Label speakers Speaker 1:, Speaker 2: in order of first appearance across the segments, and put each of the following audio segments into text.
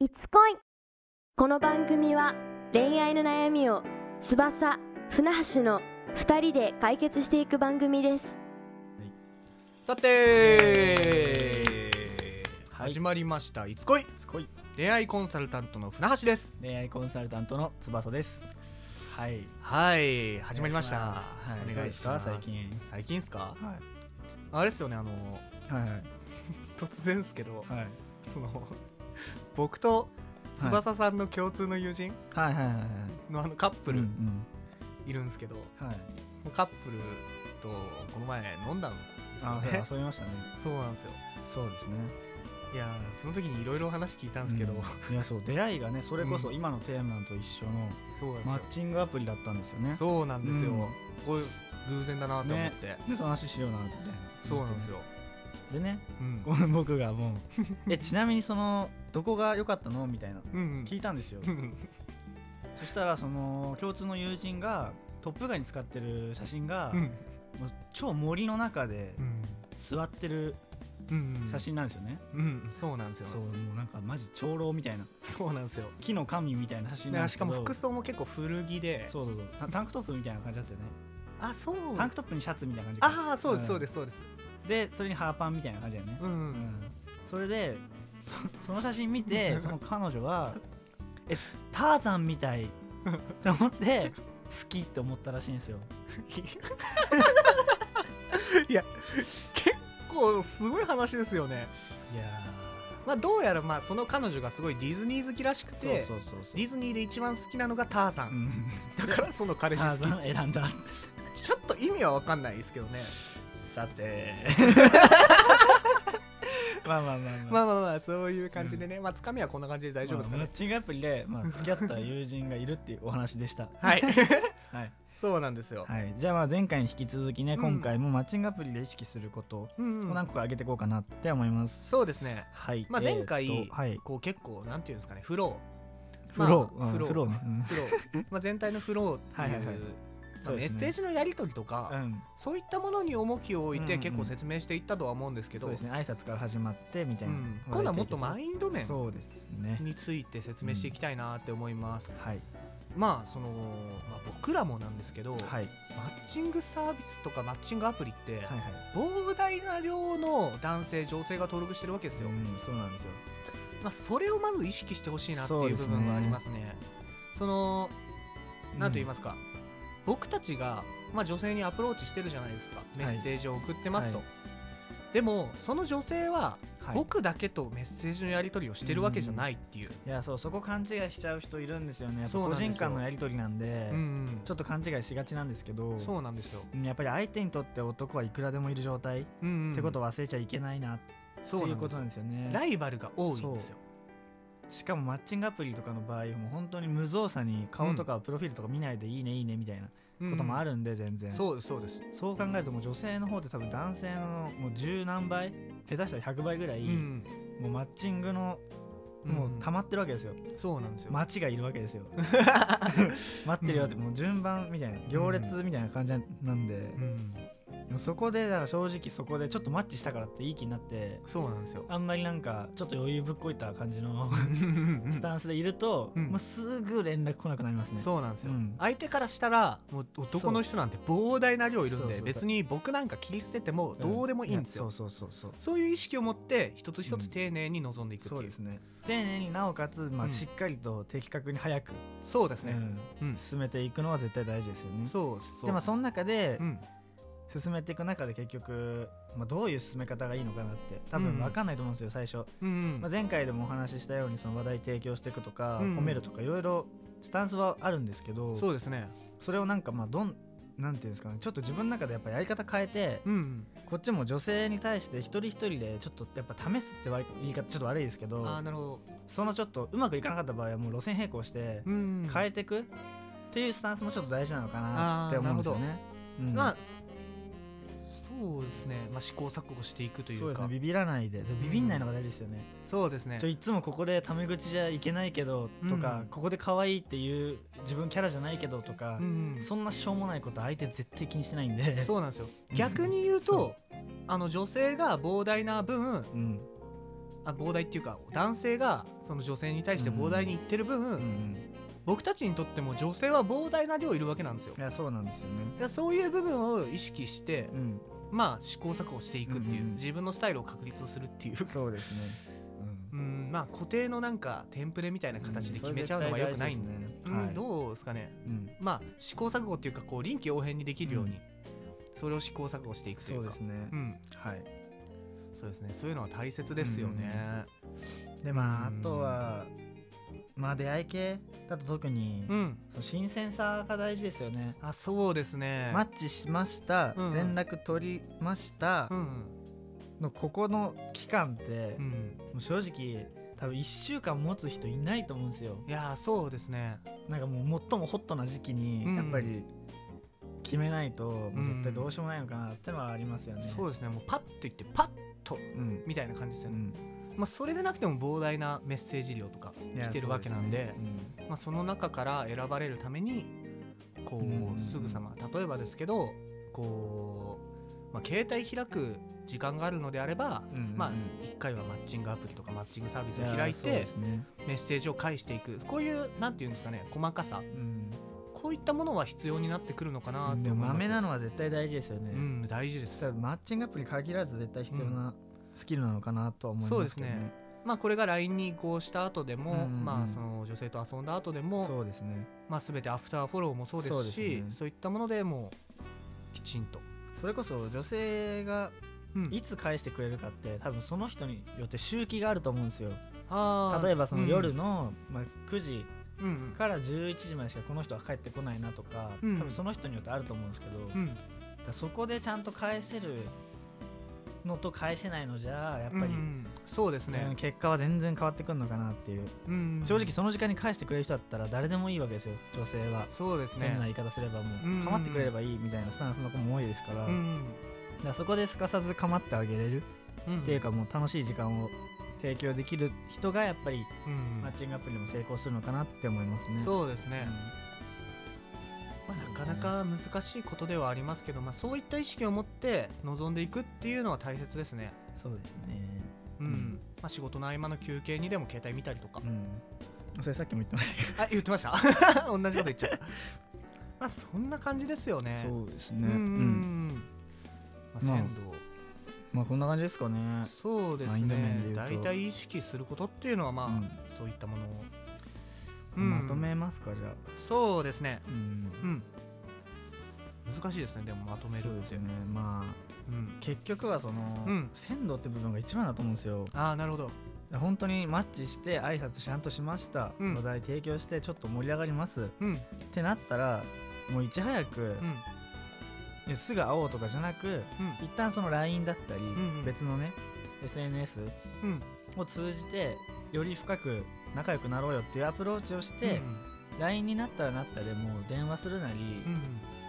Speaker 1: いつ恋この番組は恋愛の悩みを翼船橋の2人で解決していく番組です
Speaker 2: さて、
Speaker 3: はい
Speaker 2: 始まりました「いつ恋
Speaker 3: すごい
Speaker 2: 恋愛コンサルタントの船橋です
Speaker 3: 恋愛コンサルタントの翼ですはい
Speaker 2: はい始まりました
Speaker 3: はい
Speaker 2: お願いします,、
Speaker 3: どうですか最近
Speaker 2: 最近っすか
Speaker 3: は
Speaker 2: あれっすよねあの
Speaker 3: いはいはい
Speaker 2: 突然っすけど、
Speaker 3: はい
Speaker 2: その僕と翼さんの共通の友人
Speaker 3: はいはいはい
Speaker 2: のあのカップ
Speaker 3: うん
Speaker 2: ル
Speaker 3: うん
Speaker 2: いるんですけど、
Speaker 3: はい
Speaker 2: そのカップルとこの前飲んだんですよ
Speaker 3: あ
Speaker 2: ね
Speaker 3: そう遊びましたね
Speaker 2: そうなんですよ
Speaker 3: そうですね
Speaker 2: いやーその時にいろいろ話聞いたんですけど、
Speaker 3: うんいやそう出会いがねそれこそ今のテーマと一緒の
Speaker 2: そうなんですよ
Speaker 3: マッチングアプリだったんですよね
Speaker 2: そうなんですよ、
Speaker 3: うん
Speaker 2: こういう偶然だなと思って、
Speaker 3: でその話しようなみたいな
Speaker 2: そうなんですよ、
Speaker 3: でね
Speaker 2: うん
Speaker 3: この僕がもう えちなみにそのどこが良かったのみたいな
Speaker 2: うん
Speaker 3: 聞いたんですよ
Speaker 2: うん
Speaker 3: そしたらその共通の友人がトップガンに使ってる写真が、
Speaker 2: うん
Speaker 3: もう超森の中で座ってる
Speaker 2: うん
Speaker 3: 写真なんですよね、
Speaker 2: うんそうなんですよ
Speaker 3: そうもうなんかマジ長老みたいな
Speaker 2: そうなんですよ
Speaker 3: 木の神みたいな写真なん
Speaker 2: ね
Speaker 3: です
Speaker 2: し
Speaker 3: け
Speaker 2: か
Speaker 3: ど
Speaker 2: も服装も結構古着で
Speaker 3: そうそうそうタタンクトップみたいな感じだったよね
Speaker 2: あそう
Speaker 3: タンクトップにシャツみたいな感じか
Speaker 2: ああそうです
Speaker 3: ん
Speaker 2: そうですそうです
Speaker 3: でそれにハーパンみたいな感じだよね
Speaker 2: う、
Speaker 3: うん
Speaker 2: ん
Speaker 3: それでそその写真見てその彼女はえターザンみたいと思って好きって思ったらしいんですよ
Speaker 2: いや結構すごい話ですよね
Speaker 3: いや
Speaker 2: まあどうやらまあその彼女がすごいディズニー好きらしくて
Speaker 3: そうそうそうそう
Speaker 2: ディズニーで一番好きなのがターザ
Speaker 3: う
Speaker 2: ン、
Speaker 3: ん
Speaker 2: だからその彼氏
Speaker 3: ター
Speaker 2: 好
Speaker 3: ザン選んだ
Speaker 2: きちょっと意味は分かんないですけどね
Speaker 3: さてまあまあまあま あ
Speaker 2: まあまあまあそういう感じでね、まあつかみはこんな感じで大丈夫ですか
Speaker 3: まあマ
Speaker 2: ね
Speaker 3: ッ、チングアプリで、まあ、付き合った友人がいるっていうお話でした。
Speaker 2: はい
Speaker 3: はい、
Speaker 2: そうなんですよ、
Speaker 3: はい、じゃあまあ前回に引き続きね、
Speaker 2: うん
Speaker 3: 今回もマッチングアプリで意識することを
Speaker 2: うん
Speaker 3: 何個か挙げていこうかなって思います。
Speaker 2: そうですね
Speaker 3: はい、
Speaker 2: まあ前回
Speaker 3: えーっとはい、
Speaker 2: こう結構なんていうんですかねフロー
Speaker 3: フロー、
Speaker 2: まあ
Speaker 3: うん
Speaker 2: フ
Speaker 3: フ
Speaker 2: ロ
Speaker 3: ロ
Speaker 2: ー
Speaker 3: ーね。うん
Speaker 2: フローまあ全体のフローって
Speaker 3: はい
Speaker 2: い
Speaker 3: は
Speaker 2: う
Speaker 3: いはい
Speaker 2: ま
Speaker 3: そ
Speaker 2: あ
Speaker 3: う
Speaker 2: メ
Speaker 3: ですね
Speaker 2: ッセージのやり取りとか、
Speaker 3: うん、
Speaker 2: そういったものに重きを置い
Speaker 3: うんう
Speaker 2: て
Speaker 3: ん
Speaker 2: 結構説明していったとは思うんですけど、
Speaker 3: そうですね挨拶から始まってみたいうな、
Speaker 2: ん今度はもっとマ
Speaker 3: イン
Speaker 2: インド面
Speaker 3: そうですね
Speaker 2: について説明していきたいなって思います、
Speaker 3: はい
Speaker 2: まあその、まあ、僕らもなんですけど、
Speaker 3: はい
Speaker 2: マッチングサービスとかマッチングアプリって、
Speaker 3: はいはい
Speaker 2: 膨大な量の男性女性が登録してるわけですよ、
Speaker 3: うん、そうなんですよ
Speaker 2: まあ、それをまず意識してほしいなって
Speaker 3: そう
Speaker 2: いう
Speaker 3: で
Speaker 2: 部
Speaker 3: すね
Speaker 2: 分はありますねその何と言いますすか、僕たちが、まあ、女性にアプローチしてるじゃないですかメッセージを送ってますと、
Speaker 3: は
Speaker 2: でもその女性は
Speaker 3: か、はい、
Speaker 2: 僕だけとメッセージのやり取りをしてるわけじゃないっていう、
Speaker 3: いやそうそこ勘違いしちゃう人いるんですよねやっぱ
Speaker 2: そうなん
Speaker 3: 個
Speaker 2: ですよ
Speaker 3: 人間のやり取りなんで
Speaker 2: うんうん
Speaker 3: ちょっと勘違いしがちなんですけど
Speaker 2: そうなんですよ、
Speaker 3: うんやっぱり相手にとって男はいくらでもいる状態、
Speaker 2: うんうん
Speaker 3: ってことを忘れちゃいけないなって
Speaker 2: そう
Speaker 3: い
Speaker 2: な
Speaker 3: う
Speaker 2: で
Speaker 3: んこ
Speaker 2: す
Speaker 3: となん
Speaker 2: よ
Speaker 3: ですよね
Speaker 2: ライバルが多いんですよ
Speaker 3: しかもマッチングアプリとかの場合もう本当に無造作に顔とかプロフィールとか見ないでいいねいいねみたいな
Speaker 2: うん
Speaker 3: こともあるんで全然、
Speaker 2: そうですそうです、
Speaker 3: そう考えるともう女性の方って多分男性のもう十何倍下手したら100倍ぐらい、
Speaker 2: うん
Speaker 3: もうマッチングの
Speaker 2: うん
Speaker 3: もう溜まってるわけですよ、
Speaker 2: そうなんですよ、
Speaker 3: 待ちがいるわ けですよ待ってるよってもう順番みたいな行列みたいな感じなんで、
Speaker 2: うん
Speaker 3: でもそこでだから正直そこでちょっとマッチしたからっていい気になって
Speaker 2: そうなんですよ
Speaker 3: あんまりなんかちょっと余裕ぶっこいた感じのスタンスでいると、
Speaker 2: うん
Speaker 3: まあ、すぐ連絡来なくなりますね。
Speaker 2: そうなんですよ、
Speaker 3: うん
Speaker 2: 相手からしたらもう男の人なんて膨大な量いるん
Speaker 3: そう
Speaker 2: で
Speaker 3: そう
Speaker 2: 別に僕なんか切り捨てても
Speaker 3: ん
Speaker 2: どうでもいいんですよ、
Speaker 3: やそうそうそうそう
Speaker 2: そういう意識を持って一つ一つ丁寧に臨んでいくっていう、
Speaker 3: そうですね丁寧になおかつ、ま
Speaker 2: うん
Speaker 3: あ、しっかりと的確に早く、
Speaker 2: そうです
Speaker 3: う
Speaker 2: ね、
Speaker 3: ん
Speaker 2: うん
Speaker 3: 進めていくのは絶対大事ですよね。
Speaker 2: そうそう
Speaker 3: でまあその中で
Speaker 2: うん
Speaker 3: 進めていく中で結局、まあ、どういう進め方がいいのかなって多
Speaker 2: うん
Speaker 3: 分分かんないと思うんですよ最初、
Speaker 2: うんうん
Speaker 3: まあ、前回でもお話ししたようにその話題提供していくとか、
Speaker 2: うん
Speaker 3: 褒めるとかいろいろスタンスはあるんですけど
Speaker 2: そうですね
Speaker 3: それをなんかまあどんなんていうんですかねちょっと自分の中でやっぱやり方変えて、
Speaker 2: うん
Speaker 3: こっちも女性に対して一人一人でちょっとやっぱ試すってわ言い方ちょっと悪いですけど
Speaker 2: ああなるほど
Speaker 3: そのちょっとうまくいかなかった場合はもう路線変更して
Speaker 2: うん
Speaker 3: 変えていくっていうスタンスもちょっと大事なのかなって思うんですよね。うん
Speaker 2: まあそうですね、まあ、試行錯誤していくとい
Speaker 3: そう
Speaker 2: う
Speaker 3: です
Speaker 2: か
Speaker 3: ねビビらないでビビんないのが大事ですよね、
Speaker 2: そうですね
Speaker 3: ちょいつもここでタメ口じゃいけないけどとか、
Speaker 2: うん
Speaker 3: ここで可愛いっていう自分キャラじゃないけどとか
Speaker 2: う、ん
Speaker 3: そんなしょうもないこと相手絶対気にしてないんで
Speaker 2: そうなんですよ逆に言うと
Speaker 3: そ
Speaker 2: あの女性が膨大な分
Speaker 3: うん、
Speaker 2: あ膨大っていうか男性がその女性に対して膨大に言ってる分、
Speaker 3: うん
Speaker 2: 僕たちにとっても女性は膨大な量いるわけなんですよ
Speaker 3: いやそうなんですよね
Speaker 2: だからそういう部分を意識して、
Speaker 3: うん
Speaker 2: まあ試行錯誤していくっていう、
Speaker 3: うんうんうん
Speaker 2: 自分のスタイルを確立するっていう
Speaker 3: そうですね
Speaker 2: うんまあ固定のなんかテンプレみたいな形で決めちゃうのは良くないんで、
Speaker 3: で
Speaker 2: う
Speaker 3: すね
Speaker 2: ん
Speaker 3: はい
Speaker 2: どうですかね
Speaker 3: うん
Speaker 2: まあ試行錯誤っていうかこう臨機応変にできるように、それを試行錯誤していくとい
Speaker 3: そうう
Speaker 2: か
Speaker 3: ですね
Speaker 2: うん
Speaker 3: はい
Speaker 2: そうですねそういうのは大切ですよね
Speaker 4: でまああとはまあ出会い系だと特に、
Speaker 2: うん、
Speaker 4: その新鮮さが大事ですよね
Speaker 2: あそうですね
Speaker 3: マッチしました、
Speaker 2: うん
Speaker 3: 連絡取りました、
Speaker 2: うん
Speaker 3: のここの
Speaker 4: 期間って、
Speaker 2: うん、うん、
Speaker 4: もう正直多分1週間持つ人いないと思うんですよ
Speaker 2: いやーそうですね
Speaker 4: なんかもう最もホットな時期に
Speaker 2: うん
Speaker 3: やっぱり
Speaker 4: 決めないと、もう絶対どうしようもないのかなってのはありますよね、
Speaker 2: そうですねもうパッと言ってパッと
Speaker 3: うん、
Speaker 2: みたいな感じです
Speaker 3: う
Speaker 2: よね、
Speaker 3: ん、
Speaker 2: まあ、それでなくても膨大なメッセージ量とか
Speaker 3: いや
Speaker 2: 来てるわけなんで
Speaker 3: そうすね
Speaker 2: まあ、その中から選ばれるためにこ
Speaker 3: うんうんうん
Speaker 2: うすぐさま例えばですけどこう、まあ、携帯開く時間があるのであれば、
Speaker 3: うんうん
Speaker 2: まあ
Speaker 3: うん
Speaker 2: 1回はマッチングアプリとかマッチングサービスを
Speaker 3: や
Speaker 2: 開い
Speaker 3: そうで
Speaker 2: て
Speaker 3: すね
Speaker 2: メッセージを返していくこういうなんていうんですかね細かさ
Speaker 3: うん
Speaker 2: こういったものは必要になってくるのかなって
Speaker 4: でも
Speaker 2: 思います
Speaker 4: 豆なのは絶対大事ですよね、
Speaker 2: うん大事で
Speaker 3: た
Speaker 2: す
Speaker 3: だマッチングアプリ限らず絶対必要なスキルなのかなとは思いますけどね,、
Speaker 2: まあこれが LINE に移行した後でも、
Speaker 3: うんうんうん
Speaker 2: まあその女性と遊んだ後でも
Speaker 3: そうですね
Speaker 2: まあ、全てアフターフォローもそうで
Speaker 3: そう
Speaker 2: す
Speaker 3: で
Speaker 2: し
Speaker 3: す
Speaker 2: そう
Speaker 3: ね
Speaker 2: いったものでもうきちんと、
Speaker 3: それこそ女性が
Speaker 2: うん
Speaker 4: いつ返してくれるかって多分その人によって周期があると思うんですよ
Speaker 2: あー
Speaker 4: 例えばその夜
Speaker 2: うん
Speaker 4: の、まあ、9時
Speaker 2: うん
Speaker 4: から11時までしかこの人は帰ってこないなとか、
Speaker 2: うん
Speaker 4: 多分その人によってあると思うんですけど、
Speaker 2: うんうん
Speaker 4: だからそこでちゃんと返せるのと返せないのじゃやっぱり、
Speaker 2: うんうんそうです
Speaker 4: うん
Speaker 2: ね、
Speaker 4: 結果は全然変わってくるのかなっていう、
Speaker 2: うん
Speaker 4: 正直その時間に返してくれる人だったら誰でもいいわけですよ女性は、
Speaker 2: そうです
Speaker 4: 変な言
Speaker 2: ね
Speaker 4: い方すればも
Speaker 2: うんうん
Speaker 4: う構ってくれればいいみたいなスタンスの子も多いですから,、
Speaker 2: うん
Speaker 4: だからそこですかさず構ってあげれる、
Speaker 2: うん
Speaker 4: っていうかもう楽しい時間を提供できる人がやっぱり
Speaker 2: うん
Speaker 4: マッチングアプリでも成功するのかなって思いますね。
Speaker 2: そうです
Speaker 4: う
Speaker 2: ね
Speaker 4: ん、
Speaker 2: まあ、なかなか難しいことではありますけど、まあ、そういった意識を持って臨んでいくっていうのは大切ですね
Speaker 4: そうですね。
Speaker 2: うん、
Speaker 3: うん
Speaker 2: まあ、仕事の合間の休憩にでも携帯見たりとか、
Speaker 3: うんそれさっきも言ってましたけ
Speaker 2: あ言ってました 同じこと言っちゃったまあそんな感じですよね
Speaker 3: ど、そうですね
Speaker 2: うんうんうんまあ、
Speaker 3: まあ
Speaker 2: 鮮度、
Speaker 3: まあこんな感じですかね
Speaker 2: そうです
Speaker 3: マインド面で
Speaker 2: ね
Speaker 3: 言うと
Speaker 2: 大体意識することっていうのはまあ、
Speaker 3: うん
Speaker 2: そういったものを、
Speaker 3: まとめますかじゃあ
Speaker 2: そうですね
Speaker 3: うん
Speaker 2: うん難しいですねでもまとめるって
Speaker 3: そうですねまあ
Speaker 2: うん、
Speaker 3: 結局はその、
Speaker 2: うん
Speaker 3: 鮮度って部分が一番だと思うんですよ
Speaker 2: ああなるほど
Speaker 3: 本当にマッチして挨拶ちゃんとしました、
Speaker 2: うん
Speaker 3: お題提供してちょっと盛り上がりますっ
Speaker 2: うん
Speaker 3: てなったらもういち早く、
Speaker 2: うん
Speaker 3: いやすぐ会おうとかじゃなく
Speaker 2: うん
Speaker 3: 一旦その LINE だったり、
Speaker 2: んうん
Speaker 3: 別のね SNS
Speaker 2: うん
Speaker 3: を通じてより深く仲良くなろうよっていうアプローチをして、
Speaker 2: うん
Speaker 3: LINE になったらなったでもう電話するな
Speaker 2: う
Speaker 3: り、
Speaker 2: ん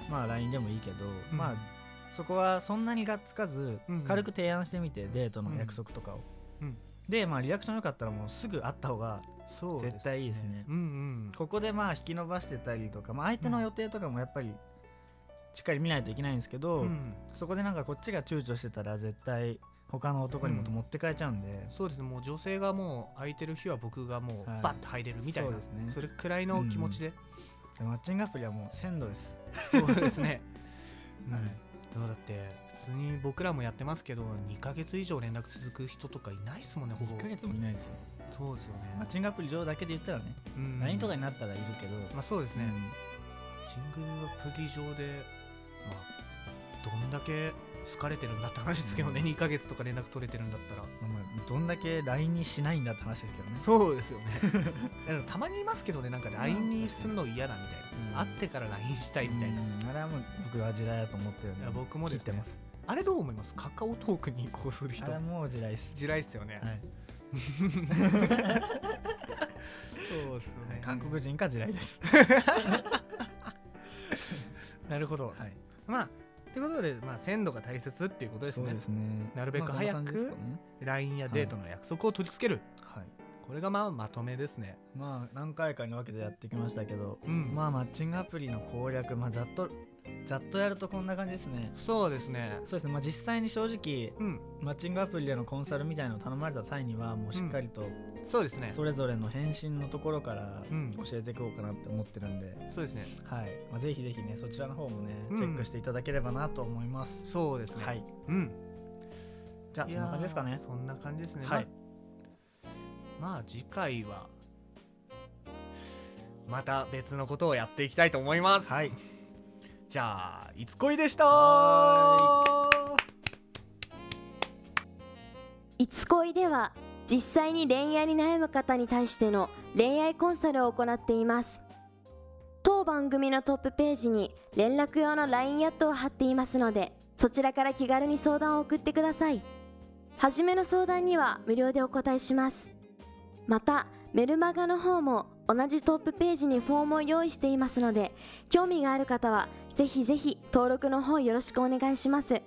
Speaker 3: まあ LINE でもいいけど、
Speaker 2: うん
Speaker 3: まあそこはそんなにがっつかず、
Speaker 2: うん
Speaker 3: 軽く提案してみてデートの約束とかを、
Speaker 2: うんうん
Speaker 3: でまあリアクション良かったらもうすぐ会った方が
Speaker 2: そう
Speaker 3: 絶対いいですね
Speaker 2: うんうん
Speaker 3: ここでまあ引き伸ばしてたりとか、まあ、相手の予定とかもやっぱりしっかり見ないといけないんですけど、
Speaker 2: うん
Speaker 3: そこでなんかこっちが躊躇してたら絶対他の男にもと持ってかれちゃうんで、
Speaker 2: そうですねもう女性がもう空いてる日は僕がもう
Speaker 3: はい
Speaker 2: バッと入れるみたいな、
Speaker 3: そうですね
Speaker 2: それくらいの気持ちで、
Speaker 3: じゃあマッチングアプリはもう鮮度です、
Speaker 2: そうですね、うん
Speaker 3: はい
Speaker 2: でもだって普通に僕らもやってますけど2ヶ月以上連絡続く人とかいないですもんねほぼ
Speaker 3: 1ヶ月もいないですよ
Speaker 2: そうですよ
Speaker 3: マッ
Speaker 2: ね、
Speaker 3: チングアプリ上だけで言ったらね、
Speaker 2: うん、
Speaker 3: LINE とかになったらいるけど、
Speaker 2: まあそうです
Speaker 3: う
Speaker 2: ね、
Speaker 3: ん
Speaker 2: 神宮はプリ上で、まあ、どんだけ好かれてるんだって話ですけどね、
Speaker 3: うん
Speaker 2: 2ヶ月とか連絡取れてるんだったら。
Speaker 3: まあまあどんだけ LINE にしないんだって話ですけどね
Speaker 2: そうです よねでもたまにいますけどねなんか
Speaker 3: ま
Speaker 2: LINE
Speaker 3: あ
Speaker 2: にするの嫌だみたいな、
Speaker 3: うん
Speaker 2: 会ってから LINE したいみたいな、
Speaker 3: うんあれはもう僕は地雷だと思ってるんで
Speaker 2: いや僕もですね
Speaker 3: 切ってます
Speaker 2: あれどう思いますカカオトークに移行する人
Speaker 3: あれはもう地雷っす、
Speaker 2: 地雷っすよね、
Speaker 3: はい、
Speaker 2: そうっすよね
Speaker 3: 韓国人か地雷です
Speaker 2: なるほど、
Speaker 3: い
Speaker 2: まあということで、まあ、鮮度が大切っていうことですね
Speaker 3: ね
Speaker 2: なるべく
Speaker 3: まあこんな感じ
Speaker 2: 早く
Speaker 3: ですかね
Speaker 2: LINE やデートの約束を取り付ける、
Speaker 3: はい
Speaker 2: これがまあまとめですね
Speaker 3: まあ何回かに分けてやってきましたけど、
Speaker 2: うん
Speaker 3: まあマッチングアプリの攻略、まあ、ざっとざっとやるとこんな感じですね
Speaker 2: そうですね
Speaker 3: そうですね、まあ、実際に正直
Speaker 2: うん
Speaker 3: マッチングアプリでのコンサルみたいのを頼まれた際にはもうしっかりと
Speaker 2: そうですね
Speaker 3: それぞれの返信のところから
Speaker 2: うん
Speaker 3: 教えていこうかなって思ってるんで、
Speaker 2: そうですね
Speaker 3: はいまあ、ぜひぜひねそちらの方もね、
Speaker 2: うん
Speaker 3: チェックしていただければなと思います、
Speaker 2: そうですね
Speaker 3: はい
Speaker 2: うん
Speaker 3: じゃあそんな感じですか
Speaker 2: いや
Speaker 3: ね
Speaker 2: ーそんな感じですね
Speaker 3: はい
Speaker 2: まあまあ次回はまた別のことをやっていきたいと思います
Speaker 3: はい
Speaker 2: じゃあいつこいでした
Speaker 3: は
Speaker 1: いつ恋では実際に恋愛に悩む方に対しての恋愛コンサルを行っています当番組のトップページに連絡用の LINE アットを貼っていますのでそちらから気軽に相談を送ってください初めの相談には無料でお答えしますまたメルマガの方も同じトップページにフォームを用意していますので興味がある方はぜひぜひ登録の方よろしくお願いします